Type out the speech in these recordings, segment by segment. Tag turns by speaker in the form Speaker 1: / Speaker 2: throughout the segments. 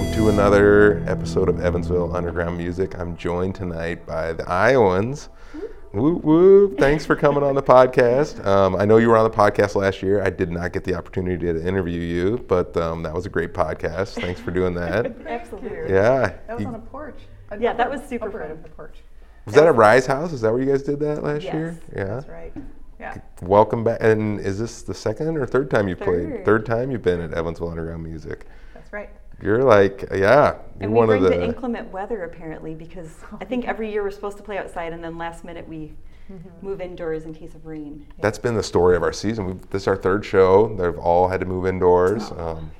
Speaker 1: another episode of Evansville Underground Music. I'm joined tonight by the Iowans. Whoop whoop! Thanks for coming on the podcast. Um, I know you were on the podcast last year. I did not get the opportunity to interview you, but um, that was a great podcast. Thanks for doing that.
Speaker 2: Absolutely.
Speaker 1: Yeah.
Speaker 3: That was
Speaker 1: You-
Speaker 3: on a porch. An
Speaker 2: Yeah, that
Speaker 3: upper-
Speaker 2: was super
Speaker 3: upper
Speaker 2: fun.
Speaker 3: end of the porch.
Speaker 1: was that at Rise House? Is that where you guys did that last
Speaker 2: Yes,
Speaker 1: year? Yeah.
Speaker 3: That's right. Yeah.
Speaker 1: Welcome back. And is this the second or third time you've played?
Speaker 2: Third.
Speaker 1: Third time you've been at Evansville Underground Music.
Speaker 3: That's right.
Speaker 1: You're like, yeah, you're
Speaker 2: And we
Speaker 1: one of
Speaker 2: bring the
Speaker 1: the.
Speaker 2: inclement weather apparently because I think every year we're supposed to play outside and then last minute we
Speaker 3: Mm-hmm.
Speaker 2: move indoors in case of rain.
Speaker 1: That's been the story of our season. We've, this is our third show. They've all had to move indoors.
Speaker 2: Oh.
Speaker 1: Um,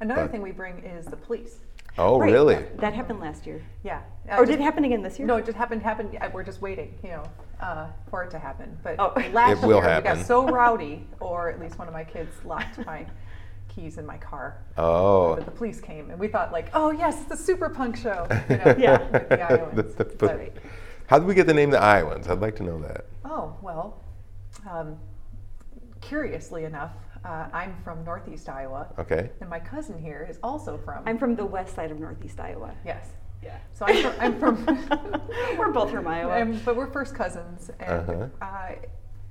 Speaker 3: Another
Speaker 1: But-
Speaker 3: thing we bring is the police.
Speaker 1: oh,
Speaker 2: Right,
Speaker 1: really?
Speaker 2: That happened last year.
Speaker 3: Yeah.
Speaker 2: Or
Speaker 3: Uh,
Speaker 2: Oh, did
Speaker 3: just-
Speaker 2: it happen again this year?
Speaker 3: No, it just happened. Happened. uh, We're just waiting, you know, uh, for it to happen. But
Speaker 2: Oh.
Speaker 1: It
Speaker 3: last
Speaker 1: will
Speaker 3: year we
Speaker 1: happen.
Speaker 3: got so rowdy, or at least one of my kids locked my keys in my car.
Speaker 1: Oh,
Speaker 3: But the police came, and we thought like, oh yes, it's the super punk show. You know,
Speaker 2: Yeah.
Speaker 3: With the Iowans.
Speaker 1: The- the-
Speaker 3: But-
Speaker 1: the- How did we get the name the Iowans? I'd like to know that.
Speaker 3: Oh, well, um, curiously enough, uh, I'm from Northeast Iowa,
Speaker 1: Okay.
Speaker 3: and my cousin here is also from.
Speaker 2: I'm from the west side of northeast Iowa.
Speaker 3: yes. Yeah. So I'm from. I'm from
Speaker 2: We're both from Iowa.
Speaker 3: I'm- but we're first cousins, and
Speaker 1: Uh-huh.
Speaker 3: uh,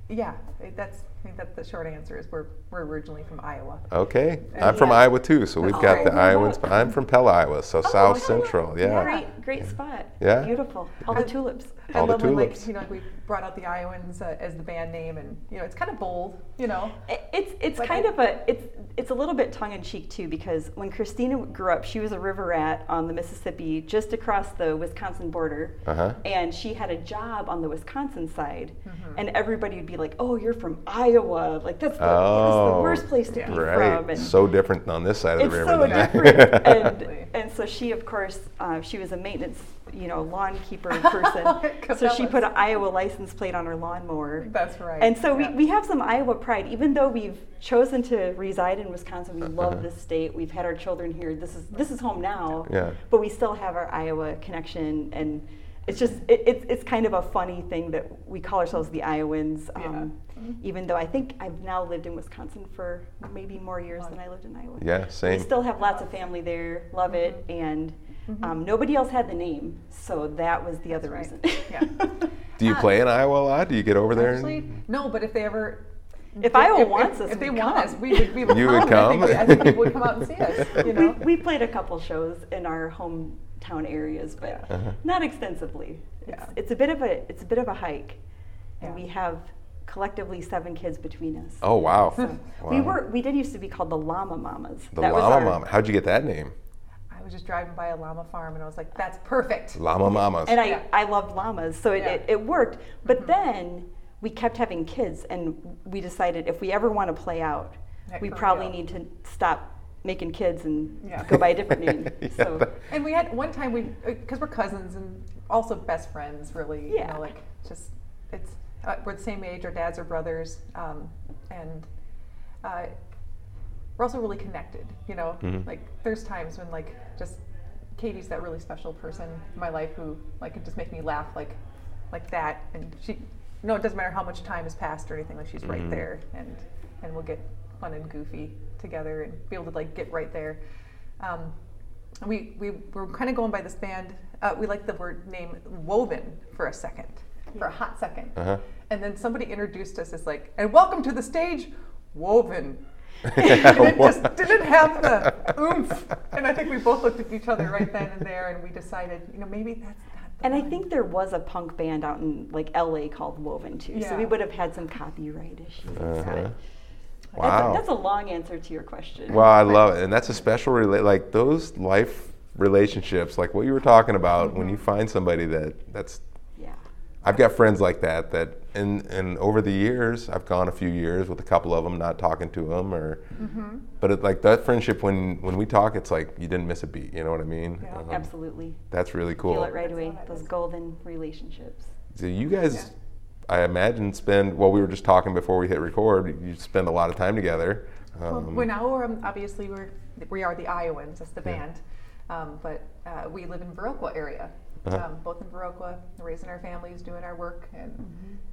Speaker 3: yeah, it- that's. I think that's the short answer. Is we're we're originally from Iowa.
Speaker 1: Okay.
Speaker 3: And
Speaker 1: I'm from
Speaker 2: Uh, yeah.
Speaker 1: Iowa too, so we've
Speaker 2: Oh,
Speaker 1: got the
Speaker 2: where you
Speaker 1: Iowans.
Speaker 2: at?
Speaker 1: I'm from Pella, Iowa, so South
Speaker 2: yeah.
Speaker 1: Central. Yeah.
Speaker 2: Oh, Great, great spot.
Speaker 1: Yeah.
Speaker 2: Beautiful. All the tulips.
Speaker 3: I
Speaker 1: All the
Speaker 3: love when
Speaker 1: tulips.
Speaker 3: like you know like we brought out the Iowans uh, as the band name, and you know it's kind of bold, you know.
Speaker 2: I- It's it's
Speaker 3: But
Speaker 2: kind
Speaker 3: I-
Speaker 2: of a it's it's a little bit tongue in cheek too because when Christina grew up, she was a river rat on the Mississippi, just across the Wisconsin border,
Speaker 1: Uh huh.
Speaker 2: and she had a job on the Wisconsin side,
Speaker 3: Mm-hmm.
Speaker 2: and everybody would be like, "Oh, you're from Iowa! Like that's the,
Speaker 1: Oh,
Speaker 2: that's the worst place to be from."
Speaker 1: Right.
Speaker 2: And
Speaker 1: So different on this side of
Speaker 2: it's
Speaker 1: the river
Speaker 2: so
Speaker 1: than that.
Speaker 2: different.
Speaker 3: Exactly.
Speaker 2: and, and so she, of course, uh, she was a maintenance, you know, lawn keeper person. so she
Speaker 3: Cabela's.
Speaker 2: put an Iowa license plate on her lawnmower.
Speaker 3: That's right.
Speaker 2: And so
Speaker 3: yeah.
Speaker 2: we, we have some Iowa pride, even though we've chosen to reside in Wisconsin. We love
Speaker 1: Uh-huh.
Speaker 2: this state. We've had our children here. This is this is home now.
Speaker 1: Yeah.
Speaker 2: But we still have our Iowa connection, and it's just it, it's it's kind of a funny thing that we call ourselves the Iowans. Um,
Speaker 3: Yeah. Mm-hmm.
Speaker 2: Even though I think I've now lived in Wisconsin for maybe more years than I lived in Iowa.
Speaker 1: yeah,
Speaker 2: We
Speaker 1: same.
Speaker 2: still have lots of family there. Love it,
Speaker 3: Mm-hmm.
Speaker 2: and um, nobody else had the name, so that was the other
Speaker 3: right.
Speaker 2: reason.
Speaker 3: Yeah.
Speaker 1: Do you play in Iowa a lot? Do you get over there? and-
Speaker 3: Actually, no, but if they ever.
Speaker 2: If Iowa
Speaker 3: if,
Speaker 2: wants us,
Speaker 3: if they
Speaker 2: we'd
Speaker 3: want
Speaker 2: come.
Speaker 3: us, we would. We would
Speaker 1: You
Speaker 3: come.
Speaker 1: would
Speaker 3: I think,
Speaker 1: come?
Speaker 3: I think people would come out and see us. You
Speaker 2: we,
Speaker 3: know,
Speaker 2: we played a couple shows in our hometown areas, but
Speaker 1: Uh-huh.
Speaker 2: not extensively. It's,
Speaker 3: Yeah.
Speaker 2: it's a bit of a it's a bit of a hike, and
Speaker 3: Yeah.
Speaker 2: we have collectively seven kids between us.
Speaker 1: Oh wow.
Speaker 2: We
Speaker 1: Wow.
Speaker 2: were we did used to be called the llama mamas.
Speaker 1: the
Speaker 2: That was
Speaker 1: llama
Speaker 2: our-
Speaker 1: mama. How'd you get that name?
Speaker 3: I was just driving by a llama farm, and I was like, "That's perfect."
Speaker 1: Llama mamas.
Speaker 2: and I,
Speaker 3: Yeah.
Speaker 2: I loved llamas, so it,
Speaker 3: Yeah. Mm-hmm.
Speaker 2: it, it worked. But then we kept having kids, and we decided if we ever want to play out,
Speaker 3: That
Speaker 2: we
Speaker 3: career.
Speaker 2: probably need to stop making kids and
Speaker 3: Yeah.
Speaker 2: go by a different name.
Speaker 1: Yeah,
Speaker 2: so
Speaker 1: that-
Speaker 3: And we had one time we, because we're cousins and also best friends, really. You
Speaker 2: Yeah.
Speaker 3: know, like just it's uh, we're the same age. Our dads are brothers, um, and uh, we're also really connected. You know, like there's times when like just Katie's that really special person in my life who like could just make me laugh like like that, and she. No, it doesn't matter how much time has passed or anything. Like she's right there, and and we'll get fun and goofy together and be able to like get right there. Um, and we, we were kind of going by this band. Uh, we liked the word name woven for a second, for a hot 2nd
Speaker 1: Uh-huh.
Speaker 3: And then somebody introduced us as like, and welcome to the stage, woven. and it
Speaker 1: Wo-
Speaker 3: just didn't have the oomph. And I think we both looked at each other right then and there, and we decided, you know, maybe that's not. The
Speaker 2: And I
Speaker 3: one.
Speaker 2: think there was a punk band out in like LA called Woven too. So we
Speaker 3: Yeah.
Speaker 2: would have had some copyright issues.
Speaker 1: Uh-huh.
Speaker 2: But That's, a,
Speaker 1: Wow.
Speaker 2: that's a long answer to your question.
Speaker 1: Well, I love it, and that's a special rela- like those life relationships, like what you were talking about.
Speaker 2: Mm-hmm.
Speaker 1: When you find somebody that that's,
Speaker 2: yeah.
Speaker 1: I've got friends like that. That and and over the years, I've gone a few years with a couple of them, not talking to them, or,
Speaker 2: Mm-hmm.
Speaker 1: but it, like that friendship when when we talk, it's like you didn't miss a beat. You know what I mean?
Speaker 3: Yeah.
Speaker 1: Um,
Speaker 2: Absolutely.
Speaker 1: That's really cool.
Speaker 2: Feel it right
Speaker 3: That's
Speaker 2: away.
Speaker 3: what I
Speaker 2: Those
Speaker 3: was-
Speaker 2: golden relationships.
Speaker 1: So you guys, I imagine, spend. Well, we were just talking before we hit record. You spend a lot of time together.
Speaker 3: Well,
Speaker 1: Um,
Speaker 3: we're now um, obviously we're we are the Iowans. That's the band, um, but uh, we live in Viroqua area. Um, both in Viroqua, raising our families, doing our work, and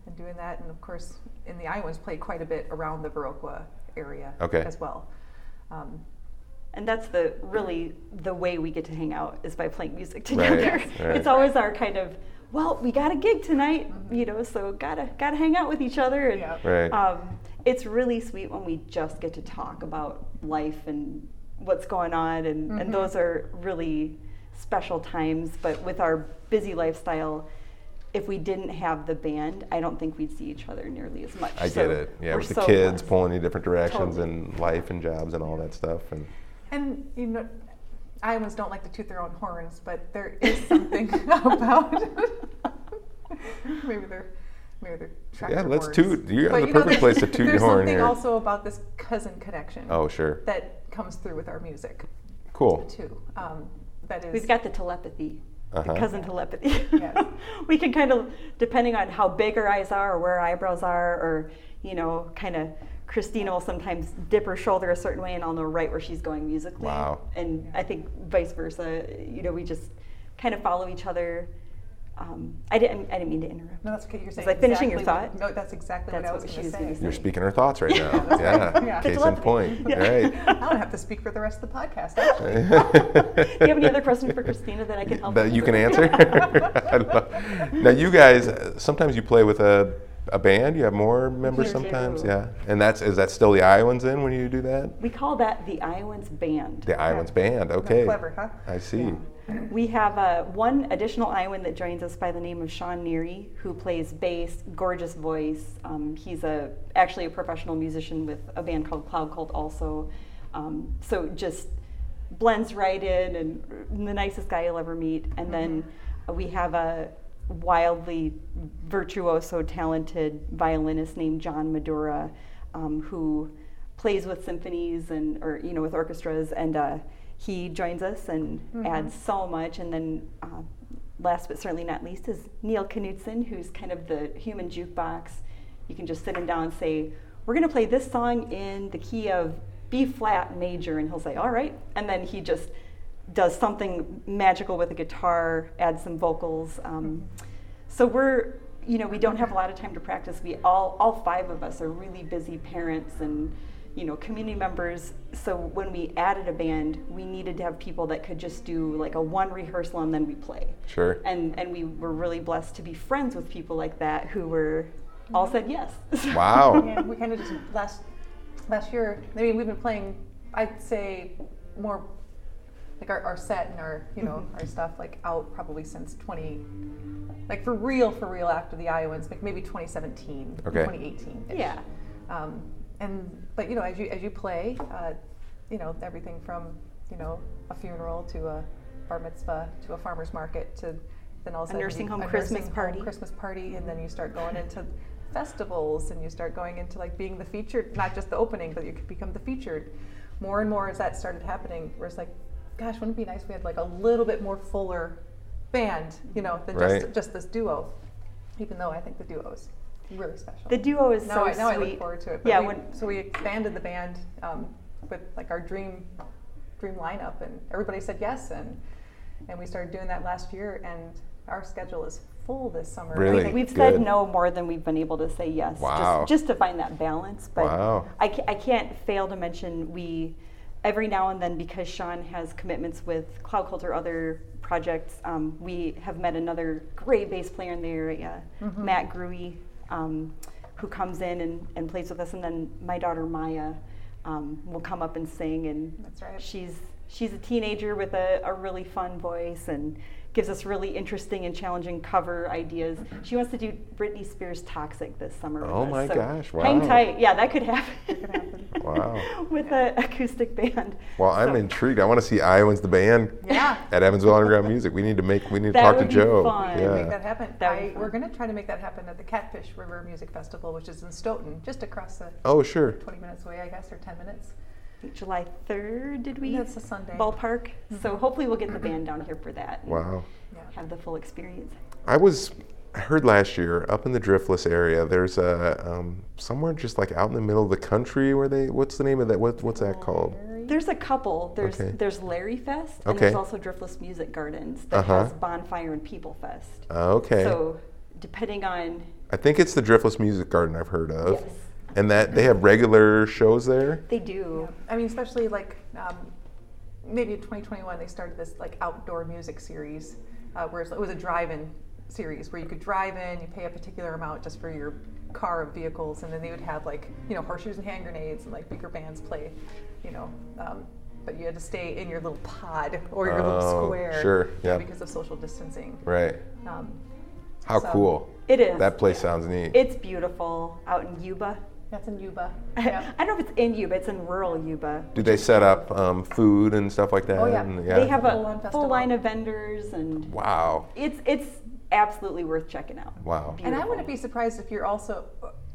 Speaker 3: and doing that, and of course, in the Iowans play quite a bit around the Viroqua area
Speaker 1: Okay.
Speaker 3: as well. Um,
Speaker 2: and that's the really the way we get to hang out is by playing music together.
Speaker 1: right.
Speaker 2: It's always our kind of well, we got a gig tonight, you know, so gotta gotta hang out with each other. And
Speaker 3: Mm-hmm. Yep.
Speaker 1: Right.
Speaker 2: um, it's really sweet when we just get to talk about life and what's going on, and, and those are really special times. But with our busy lifestyle. If we didn't have the band, I don't think we'd see each other nearly as much.
Speaker 1: I
Speaker 2: So
Speaker 1: get it. Yeah,
Speaker 2: we're
Speaker 1: with the
Speaker 2: so
Speaker 1: kids
Speaker 2: blessed.
Speaker 1: pulling in different directions
Speaker 2: Totally.
Speaker 1: and life and jobs and all that stuff. And
Speaker 3: And you know, Iowans don't like to toot their own horns, but there is something about maybe they're maybe they're tractor
Speaker 1: Yeah, let's
Speaker 3: horns.
Speaker 1: toot. You're at
Speaker 3: But
Speaker 1: the
Speaker 3: you know,
Speaker 1: perfect
Speaker 3: there's-
Speaker 1: place to toot your
Speaker 3: there's
Speaker 1: horn
Speaker 3: something
Speaker 1: here.
Speaker 3: also about this cousin connection
Speaker 1: oh, sure,
Speaker 3: that comes through with our music
Speaker 1: cool.
Speaker 3: too. Um, that is
Speaker 2: We've got the telepathy,
Speaker 1: Uh-huh.
Speaker 2: the cousin telepathy.
Speaker 3: Yes.
Speaker 2: we can kind of, depending on how big our eyes are or where our eyebrows are, or, you know, kind of Christina will sometimes dip her shoulder a certain way and I'll know right where she's going musically.
Speaker 1: Wow.
Speaker 2: And I think vice versa. You know, we just kind of follow each other. Um, I, didn't, I didn't mean to interrupt.
Speaker 3: No, that's okay. You're saying
Speaker 2: like finishing your
Speaker 3: exactly what-
Speaker 2: thought.
Speaker 3: no, that's exactly
Speaker 2: That's
Speaker 3: what I was
Speaker 2: what she
Speaker 3: going to
Speaker 2: was gonna
Speaker 3: say.
Speaker 2: say.
Speaker 1: You're speaking her thoughts right now.
Speaker 2: Yeah.
Speaker 1: yeah.
Speaker 3: Yeah.
Speaker 1: Case in
Speaker 2: Telepathy.
Speaker 1: point.
Speaker 2: Yeah.
Speaker 1: Right.
Speaker 3: I'm gonna have to speak for the rest of the podcast. actually.
Speaker 2: Do you have any other question for Christina that I can help
Speaker 1: that you can answer. I love- now, you guys uh, sometimes you play with a, a band. You have more members
Speaker 2: Sure do.
Speaker 1: sometimes. Yeah, and that's is that still the Iowans in when you do that?
Speaker 2: We call that the Iowans Band.
Speaker 1: The Iowans band. Okay.
Speaker 3: Clever, huh?
Speaker 1: I see.
Speaker 2: We have uh, one additional Iowan that joins us by the name of Sean Neary, who plays bass, gorgeous voice. Um, he's a actually a professional musician with a band called Cloud Cult, also. Um, so just blends right in, and the nicest guy you'll ever meet. And then we have a wildly virtuoso, talented violinist named John Madura, um, who plays with symphonies and or you know with orchestras and uh, he joins us and adds so much and then uh, last but certainly not least is neil knudsen who's kind of the human jukebox you can just sit him down and say we're going to play this song in the key of b flat major and he'll say all right and then he just does something magical with a guitar adds some vocals um, so we're, you know, we don't have a lot of time to practice. We all, all five of us are really busy parents and, you know, community members. So when we added a band, we needed to have people that could just do like a one rehearsal and then we play.
Speaker 1: Sure.
Speaker 2: And and we were really blessed to be friends with people like that who were all said yes.
Speaker 1: Wow.
Speaker 3: Yeah, we kind of just last last year. I mean, we've been playing. I'd say more like our, our set and our you
Speaker 1: Mm-hmm.
Speaker 3: know our stuff like out probably since 20 like for real for real after the Iowans like maybe 2017
Speaker 1: Okay.
Speaker 3: 2018 -ish.
Speaker 2: yeah.
Speaker 3: um, and but you know as you as you play uh, you know everything from you know a funeral to a bar mitzvah to a farmer's market to then all of a, sudden
Speaker 2: nursing
Speaker 3: you-
Speaker 2: home
Speaker 3: a
Speaker 2: Christmas
Speaker 3: home
Speaker 2: party. Mm-hmm.
Speaker 3: Christmas party and then you start going into festivals and you start going into like being the featured not just the opening but you could become the featured more and more as that started happening where it's like gosh wouldn't it be nice if we had like a little bit more fuller band you know than
Speaker 1: Right.
Speaker 3: just just this duo even though I think the duo is really special
Speaker 2: The duo is
Speaker 3: now,
Speaker 2: so
Speaker 3: I, now I
Speaker 2: sweet.
Speaker 3: look forward to it.
Speaker 2: yeah,
Speaker 3: we,
Speaker 2: when
Speaker 3: so we expanded the band um, with like our dream dream lineup, and everybody said yes, and and we started doing that last year, and our schedule is full this summer. I
Speaker 1: Really?
Speaker 3: think-
Speaker 2: We've
Speaker 1: Good.
Speaker 2: said no more than we've been able to say yes.
Speaker 1: Wow.
Speaker 2: Just, just to find that balance. But
Speaker 1: Wow.
Speaker 2: I, ca- I can't fail to mention we, every now and then, because Sean has commitments with Cloud Cult or other projects, um, we have met another great bass player in the area,
Speaker 1: Mm-hmm.
Speaker 2: Matt Gruey, um, who comes in and, and plays with us. And then my daughter Maya um, will come up and sing. And
Speaker 3: That's right.
Speaker 2: she's she's a teenager with a, a really fun voice and gives us really interesting and challenging cover ideas. She wants to do Britney Spears Toxic this summer. with
Speaker 1: Mm-hmm. Oh
Speaker 2: us,
Speaker 1: my
Speaker 2: so
Speaker 1: gosh, wow.
Speaker 2: Hang tight. Yeah, that could happen.
Speaker 1: Wow.
Speaker 2: with an acoustic band.
Speaker 1: Well, I'm
Speaker 2: So
Speaker 1: intrigued. I want to see Iowans the band
Speaker 3: yeah.
Speaker 1: at Evansville Underground Music. We need to make. We need to
Speaker 2: That
Speaker 1: talk to
Speaker 2: would be
Speaker 1: Joe.
Speaker 2: fun.
Speaker 3: We can make that
Speaker 1: Yeah.
Speaker 3: happen.
Speaker 2: That would
Speaker 3: I-
Speaker 2: be fun.
Speaker 3: we're going to try to make that happen at the Catfish River Music Festival, which is in Stoughton, just across the
Speaker 1: Oh, sure.
Speaker 3: 20 minutes away, I guess, or 10 minutes.
Speaker 2: July 3rd, did we?
Speaker 3: That's a Sunday. Mm-hmm.
Speaker 2: Ballpark. So hopefully we'll get the band down here for that. and
Speaker 1: Wow.
Speaker 3: Yeah.
Speaker 2: Have the full experience.
Speaker 1: I was I heard last year up in the Driftless area. There's a um, somewhere just like out in the middle of the country where they. What's the name of that? What, what's that called?
Speaker 2: There's a couple. There's
Speaker 1: Okay.
Speaker 2: there's Larry Fest and
Speaker 1: Okay.
Speaker 2: there's also Driftless Music Gardens that
Speaker 1: Uh-huh. Ah,
Speaker 2: has Bonfire and People Fest.
Speaker 1: Okay.
Speaker 2: So depending on
Speaker 1: I think it's the Driftless Music Garden I've heard of,
Speaker 2: Yes.
Speaker 1: and that they have regular shows there.
Speaker 2: they do.
Speaker 3: I mean, especially like um, maybe in 2021 they started this like outdoor music series uh, where it's- it was a drive-in series where you could drive in, you pay a particular amount just for your car of vehicles, and then they would have like you know horseshoes and hand grenades and like bigger bands play, you know. Um, but you had to stay in your little pod or your
Speaker 1: Oh,
Speaker 3: little square
Speaker 1: sure,
Speaker 3: you know,
Speaker 1: yep.
Speaker 3: because of social distancing.
Speaker 1: Right.
Speaker 3: Um,
Speaker 1: How
Speaker 3: So-
Speaker 1: cool.
Speaker 2: It is.
Speaker 1: That place sounds neat.
Speaker 2: It's beautiful out in Yuba.
Speaker 3: that's in Yuba.
Speaker 2: I don't know if it's in Yuba, it's in rural Yuba.
Speaker 1: Do they set up um, food and stuff like that?
Speaker 3: Oh, yeah.
Speaker 1: And,
Speaker 2: They have
Speaker 3: Full-on
Speaker 2: a
Speaker 3: festival.
Speaker 2: full line of vendors and
Speaker 1: wow.
Speaker 2: it's it's absolutely worth checking out.
Speaker 1: Wow.
Speaker 3: And I wouldn't be surprised if you're also,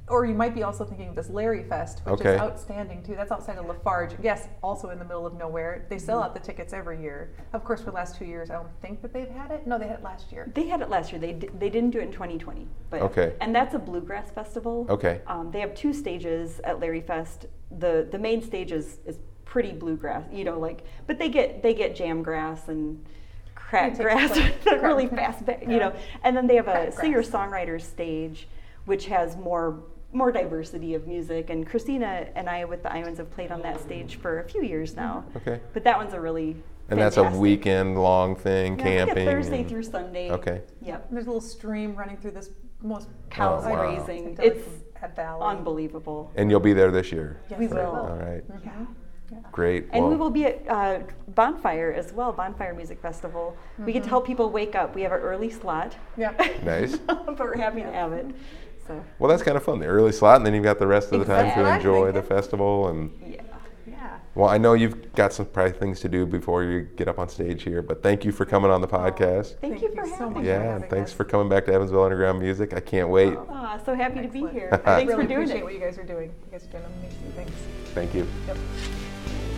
Speaker 3: or you might be also thinking of this Larry Fest, which
Speaker 1: Okay.
Speaker 3: is outstanding too. That's outside of Lafarge. Yes, also in the middle of nowhere. They
Speaker 1: Mm-hmm.
Speaker 3: sell out the tickets every year. Of course, for the last two years, I don't think that they've had it. No, they had it last year.
Speaker 2: They had it last year. They di- they didn't do it in 2020, but
Speaker 1: Okay.
Speaker 2: And that's a bluegrass festival.
Speaker 1: Okay.
Speaker 2: Um, they have two stages at Larry Fest. the The main stage is, is pretty bluegrass, you know, like. But they get they get jam grass and crack
Speaker 3: It takes
Speaker 2: grass,
Speaker 3: place-
Speaker 2: the really fast, ba- you know. And then they have a
Speaker 3: Crack grass.
Speaker 2: singer songwriter stage, which has more more diversity of music. And Christina and I with the Ions have played on that stage for a few years now.
Speaker 1: Okay.
Speaker 2: But that one's a really
Speaker 1: And that's a
Speaker 2: fantastic-
Speaker 1: weekend long thing,
Speaker 2: Yeah, I think
Speaker 1: camping.
Speaker 2: a Thursday
Speaker 1: and-
Speaker 2: through Sunday.
Speaker 1: Okay.
Speaker 2: Yep.
Speaker 3: There's a little stream running through this most
Speaker 2: Cows
Speaker 1: Oh,
Speaker 3: I
Speaker 1: wow.
Speaker 2: raising.
Speaker 3: think they're, like,
Speaker 2: It's
Speaker 3: a valley.
Speaker 2: unbelievable.
Speaker 1: And you'll be there this year.
Speaker 3: Yes, Mm-hmm.
Speaker 2: We
Speaker 3: they
Speaker 2: will.
Speaker 1: All right.
Speaker 2: Yeah.
Speaker 1: Great.
Speaker 2: And we
Speaker 1: Well,
Speaker 2: will be at uh, Bonfire as well, Bonfire Music Festival. We get to help people wake up. We have an early slot,
Speaker 3: Mm-hmm. Yeah.
Speaker 1: Nice.
Speaker 2: but we're happy to have it. So,
Speaker 1: Well, that's kind of fun. The early slot, and then you've got the rest of the time
Speaker 2: Exactly.
Speaker 1: to enjoy the
Speaker 3: Thank you.
Speaker 1: festival. And
Speaker 2: yeah.
Speaker 3: yeah.
Speaker 1: well, I know you've got some probably things to do before you get up on stage here, but thank you for coming on the podcast.
Speaker 2: Oh, Thank,
Speaker 3: Thank
Speaker 2: you
Speaker 3: you
Speaker 2: for
Speaker 3: so
Speaker 2: having
Speaker 3: much.
Speaker 2: me.
Speaker 3: for
Speaker 1: Yeah, and
Speaker 3: having
Speaker 1: thanks
Speaker 3: us.
Speaker 1: for coming back to Evansville Underground Music. I can't wait.
Speaker 3: Wow.
Speaker 2: Ah, so happy to be
Speaker 3: Excellent.
Speaker 2: here.
Speaker 1: I
Speaker 2: Thanks
Speaker 3: really
Speaker 2: for doing
Speaker 3: appreciate
Speaker 2: it.
Speaker 3: what you guys are doing. You guys are doing amazing things.
Speaker 1: Thank you.
Speaker 3: Yep.